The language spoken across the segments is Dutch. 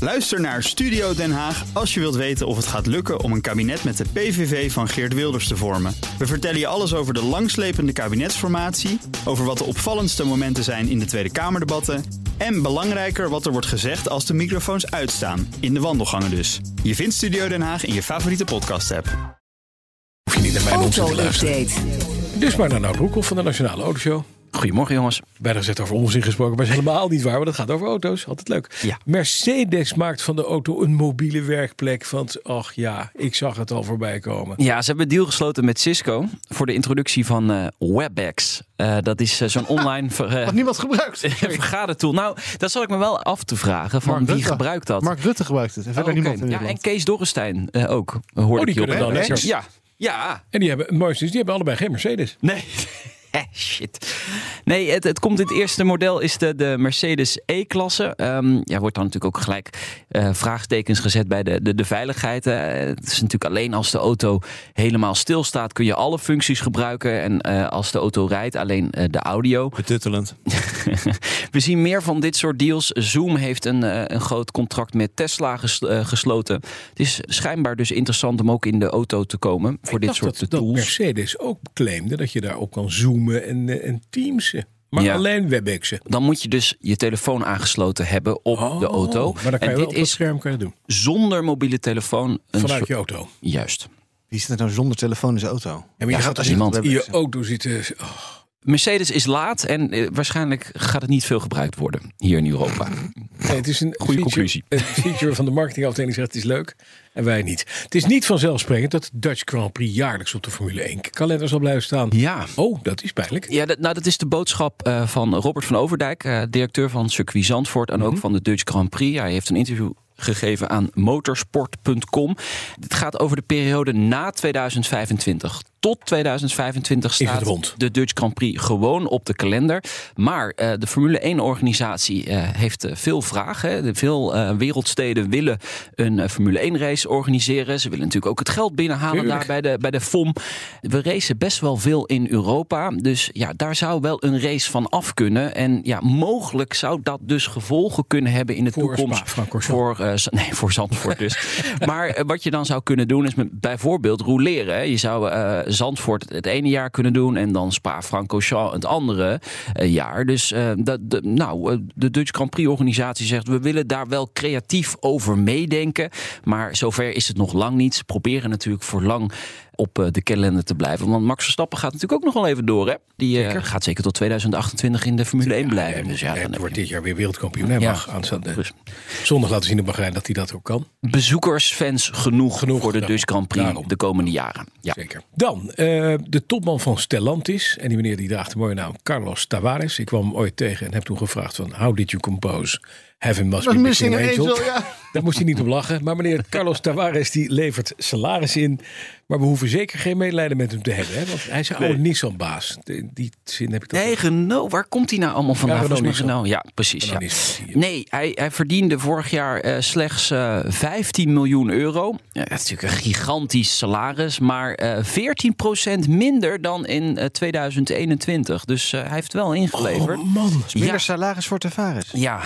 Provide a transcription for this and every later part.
Luister naar Studio Den Haag als je wilt weten of het gaat lukken om een kabinet met de PVV van Geert Wilders te vormen. We vertellen je alles over de langslepende kabinetsformatie, over wat de opvallendste momenten zijn in de Tweede Kamerdebatten en belangrijker wat er wordt gezegd als de microfoons uitstaan, in de wandelgangen dus. Je vindt Studio Den Haag in je favoriete podcast-app. Hoef je niet naar mijn onzin te luisteren. Auto-update. Dus maar naar Nout Broekhoff van de Nationale Autoshow. Goedemorgen jongens. Bijna gezegd over onzin gesproken, maar is helemaal niet waar. Want het gaat over auto's. Altijd leuk. Ja. Mercedes maakt van de auto een mobiele werkplek. Want ach ja, ik zag het al voorbij komen. Ja, ze hebben een deal gesloten met Cisco voor de introductie van eh, WebEx. Eh, dat is eh, zo'n online ver, eh, Wat niemand gebruikt. Sorry. vergadertool. Nou, dat zal ik me wel af te vragen van Mark wie Rutte. gebruikt dat. Mark Rutte gebruikt het. En verder Oh, oké. niemand in Ja, en Nederland. Kees Dorrestein eh, ook. Oh, Hoorde die ik hierop. kunnen dan hè? net zo. Ja, ja. En die hebben, het mooiste is, die hebben allebei geen Mercedes. Nee. Eh, Shit. Nee, het, het komt in het eerste model is de, de Mercedes E-klasse. Ehm, ja, wordt dan natuurlijk ook gelijk eh, vraagtekens gezet bij de, de, de veiligheid. hè. het is natuurlijk alleen als de auto helemaal stilstaat kun je alle functies gebruiken. En eh, als de auto rijdt alleen eh, de audio. Betuttelend. We zien meer van dit soort deals. Zoom heeft een, eh, een groot contract met Tesla ges- eh, gesloten. Het is schijnbaar dus interessant om ook in de auto te komen voor dit dacht soort dat, dat tools. Mercedes ook claimde dat je daarop kan zoomen en, eh, en teamsen. Maar Ja. alleen WebExen. dan moet je dus je telefoon aangesloten hebben op de auto. Oh, Maar dan kan je wel en dit op dat is scherm kan je doen. zonder mobiele telefoon. Een Vanuit soort- je auto. Juist. Die zit er nou zonder telefoon in zijn auto. En je Ja, gaat dat als is iemand iemand. in je auto zitten. oh, Mercedes is laat en eh, waarschijnlijk gaat het niet veel gebruikt worden hier in Europa. nee, het is een Goeie feature, conclusie. Een feature van de marketingafdeling zegt het is leuk en wij niet. Het is niet vanzelfsprekend dat de Dutch Grand Prix jaarlijks op de Formule 1 kalender zal blijven staan. Ja. Oh, dat is pijnlijk. Ja, dat, nou, dat is de boodschap eh, van Robert van Overdijk, eh, directeur van Circuit Zandvoort en Mhm. ook van de Dutch Grand Prix. Hij heeft een interview gegeven aan motorsport.com. Het gaat over de periode na 2025. Tot 2025 Is het staat rond? de Dutch Grand Prix gewoon op de kalender. Maar eh, de Formule 1-organisatie heeft eh, veel vragen. hè. De Veel eh, wereldsteden willen een eh, Formule 1-race organiseren. Ze willen natuurlijk ook het geld binnenhalen Tuurlijk. daar bij de, bij de FOM. We racen best wel veel in Europa. Dus ja, daar zou wel een race van af kunnen. En ja, mogelijk zou dat dus gevolgen kunnen hebben in de Voor toekomst. Spa-Francorchamps. voor, eh, Z- nee, voor Zandvoort dus. maar eh, wat je dan zou kunnen doen is met, bijvoorbeeld rouleren. hè. Je zou eh, Zandvoort het ene jaar kunnen doen en dan Spa-Francorchamps het andere eh, jaar. Dus eh, dat, de, nou, eh, de Dutch Grand Prix organisatie zegt we willen daar wel creatief over meedenken. Maar zover is het nog lang niet. Ze proberen natuurlijk voor lang op eh, de kalender te blijven. Want Max Verstappen gaat natuurlijk ook nog wel even door. Hè? Die eh, gaat zeker tot 2028 in de Formule 1 blijven. dus ja, dan Hij heb wordt je- dit jaar weer wereldkampioen. Hij Ja. mag aanstaande zondag laten zien in Bahrein dat hij dat ook kan. bezoekers, fans genoeg, Genoeg, voor de daarom. Dutch Grand Prix Daarom. de komende jaren. Ja. Zeker. Dan eh, de topman van Stellantis. En die meneer die draagt de mooie naam Carlos Tavares. Ik kwam hem ooit tegen en heb toen gevraagd van... How did you compose Heaven Must Be Dat missing Missing Angel? angel, ja. Daar moest hij niet om lachen. Maar meneer Carlos Tavares die levert salaris in. Maar we hoeven zeker geen medelijden met hem te hebben. Hè? Want hij is een oude Nissan-baas. In die zin heb ik dat Nee, Renault, waar komt hij nou allemaal vandaan? Ja, Volgens mij Renault Renault. Ja, precies. Ja. Renault is- ja. Nee, hij, hij verdiende vorig jaar eh, slechts eh, 15 miljoen euro. Ja, dat is natuurlijk een gigantisch salaris, maar eh 14% minder dan in eh, 2021. Dus eh, hij heeft wel ingeleverd. Man, ja, Minder salaris voor Tavares. ja.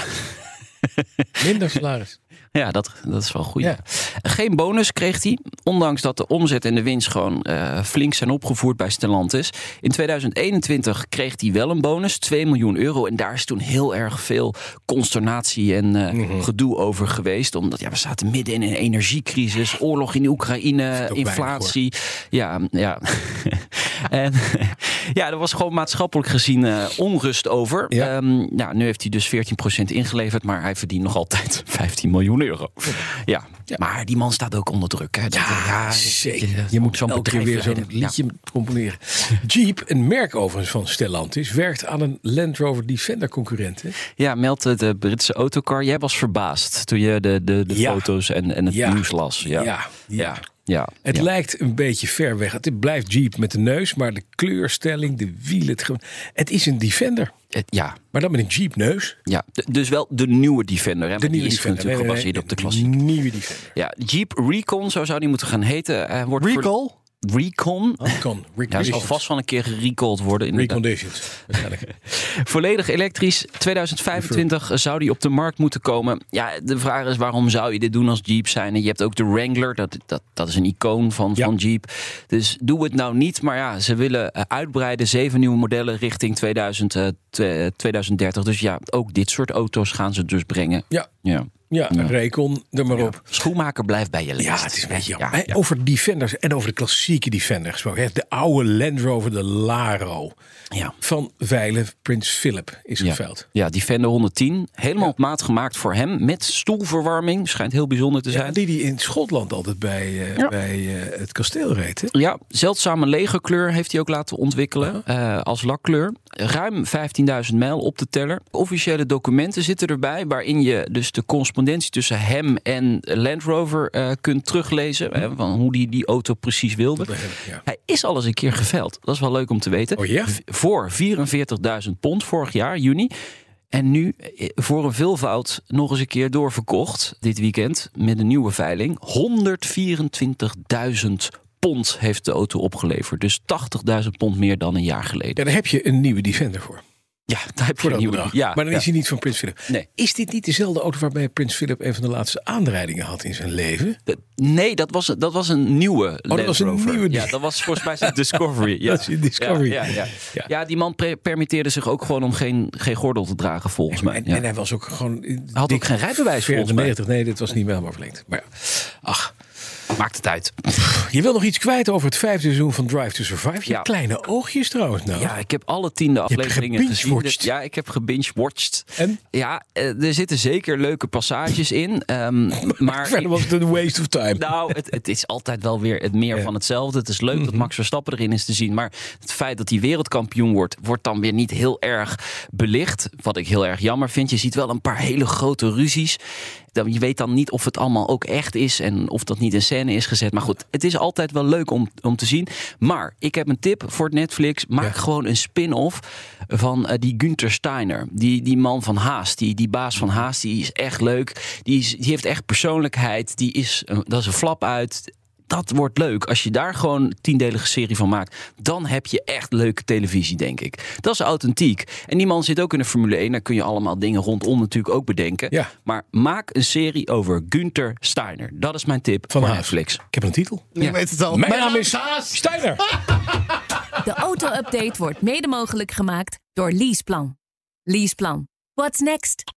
minder salaris. Ja, dat, dat is wel goed. Ja. Geen bonus kreeg hij, ondanks dat de omzet en de winst gewoon eh, flink zijn opgevoerd bij Stellantis. In 2021 kreeg hij wel een bonus, 2 miljoen euro. En daar is toen heel erg veel consternatie en eh, Mhm. gedoe over geweest. Omdat ja, we zaten midden in een energiecrisis, oorlog in Oekraïne, ook inflatie. Ja, ja. en, ja, er was gewoon maatschappelijk gezien eh, onrust over. Ja. Ehm, nou, nu heeft hij dus 14% ingeleverd, maar hij verdient nog altijd 15 miljoen euro. Ja. Maar die man staat ook onder druk. Hè? Dat- ja, Zeker. ja, Je moet zo'n elk bedrijf weer zo'n bedrijf leiden. liedje componeren. Jeep, een merk overigens van Stellantis, werkt aan een Land Rover Defender concurrent. hè? Ja, ja meldt het eh, Britse autocar. Jij was verbaasd toen je de, de, de Ja. foto's en, en het Ja. nieuws las. Ja, ja. ja. ja. ja. Het lijkt een beetje ver weg. Het blijft Jeep met de neus, maar de kleurstelling, de wielen. Het, ge- het is een Defender, Het- ja. maar dan met een Jeep neus. Ja. D- dus wel de nieuwe Defender. Hè? De maar nieuwe die is Defender. natuurlijk Nee, nee, gebaseerd nee, op de de klassieke. Nieuwe Defender. Ja, Jeep Recon, zo zou die moeten gaan heten. Hij wordt voor- Recall? Recon. Kan. Ja, zal Reconditions. vast wel een keer gerecalled worden. inderdaad. Reconditions. Waarschijnlijk. Volledig elektrisch. 2025 zou die op de markt moeten komen. Ja, de vraag is waarom zou je dit doen als Jeep zijn? En je hebt ook de Wrangler. Dat, dat, dat is een icoon van, Ja. van Jeep. Dus doe het nou niet. Maar ja, ze willen eh, uitbreiden. Zeven nieuwe modellen richting 2000, eh, tw- eh, 2030. Dus ja, ook dit soort auto's gaan ze dus brengen. Ja, Ja. ja, Ja. Recon, er maar op. Schoenmaker blijft bij je leest. Ja, het is een beetje jammer. Ja, Hey, Over Defenders en over de klassieke Defender gesproken. hè. De oude Land Rover, de Laro. ja. Van Veilen, Prins Philip is Ja. geveild. Ja, Defender 110. Helemaal op maat gemaakt voor hem. Met stoelverwarming. Schijnt heel bijzonder te zijn. Ja, die die in Schotland altijd bij, eh, Ja. bij eh, het kasteel reed. hè? Ja, zeldzame legerkleur heeft hij ook laten ontwikkelen eh, als lakkleur. Ruim 15.000 mijl op de teller. Officiële documenten zitten erbij, waarin je dus de correspondentie tussen hem en Land Rover eh, kunt teruglezen. Hè, van hoe hij die auto precies wilde. Bij hem, ja. Hij is al eens een keer geveild. Dat is wel leuk om te weten. Oh ja? V- Voor 44.000 pond vorig jaar, juni. En nu eh, voor een veelvoud nog eens een keer doorverkocht dit weekend met een nieuwe veiling. 124.000 pond heeft de auto opgeleverd. Dus 80.000 pond meer dan een jaar geleden. Ja, daar heb je een nieuwe Defender voor. Ja, daar heb je Voor een dat nieuwe. bedrag. Ja, maar dan ja. is hij niet van Prins Philip. Nee. Is dit niet dezelfde auto waarbij Prins Philip een van de laatste aanrijdingen had in zijn leven? De- nee, dat was, dat was een nieuwe Land Oh, was een Rover. nieuwe Ja, die- dat was volgens mij zijn Discovery. Ja. Dat is een Discovery. Ja, ja, ja. Ja. Ja, die man pre- permitteerde zich ook gewoon om geen, geen gordel te dragen, volgens mij. En, Ja. en hij was ook gewoon. ook geen rijbewijs, volgens mij. 94, nee, dit was niet meer helemaal verlengd. Maar ja. ach, Maakt het uit. je wil nog iets kwijt over het vijfde seizoen van Drive to Survive? Je Ja. kleine oogjes trouwens. Nou, Ja, ik heb alle tiende hebt afleveringen gezien. gebingewatcht. Ja, ik heb gebingewatched. En? Ja, eh, er zitten zeker leuke passages in. ehm, maar verder was het een waste of time. Nou, het, het is altijd wel weer het meer Ja. van hetzelfde. Het is leuk dat Max Verstappen erin is te zien. Maar het feit dat hij wereldkampioen wordt, wordt dan weer niet heel erg belicht. Wat ik heel erg jammer vind. Je ziet wel een paar hele grote ruzies. Dan, je weet dan niet of het allemaal ook echt is en of dat niet in scène is gezet. Maar goed, het is altijd wel leuk om, om te zien. Maar ik heb een tip voor het Netflix. Maak gewoon een spin-off van eh, die Günther Steiner. Die, die man van Haas, die, die baas van Haas, die is echt leuk. Die, is, die heeft echt persoonlijkheid. Die is, een- dat is een flap uit. Dat wordt leuk. Als je daar gewoon een tiendelige serie van maakt, dan heb je echt leuke televisie, denk ik. Dat is authentiek. En die man zit ook in de Formule 1. Daar kun je allemaal dingen rondom natuurlijk ook bedenken. Ja. Maar maak een serie over Günther Steiner. Dat is mijn tip Van voor Haas. Netflix. Nou, Ik heb een titel. Je weet het al. Mijn, naam is Steiner. De auto-update wordt mede mogelijk gemaakt door Leaseplan. Leaseplan. What's next?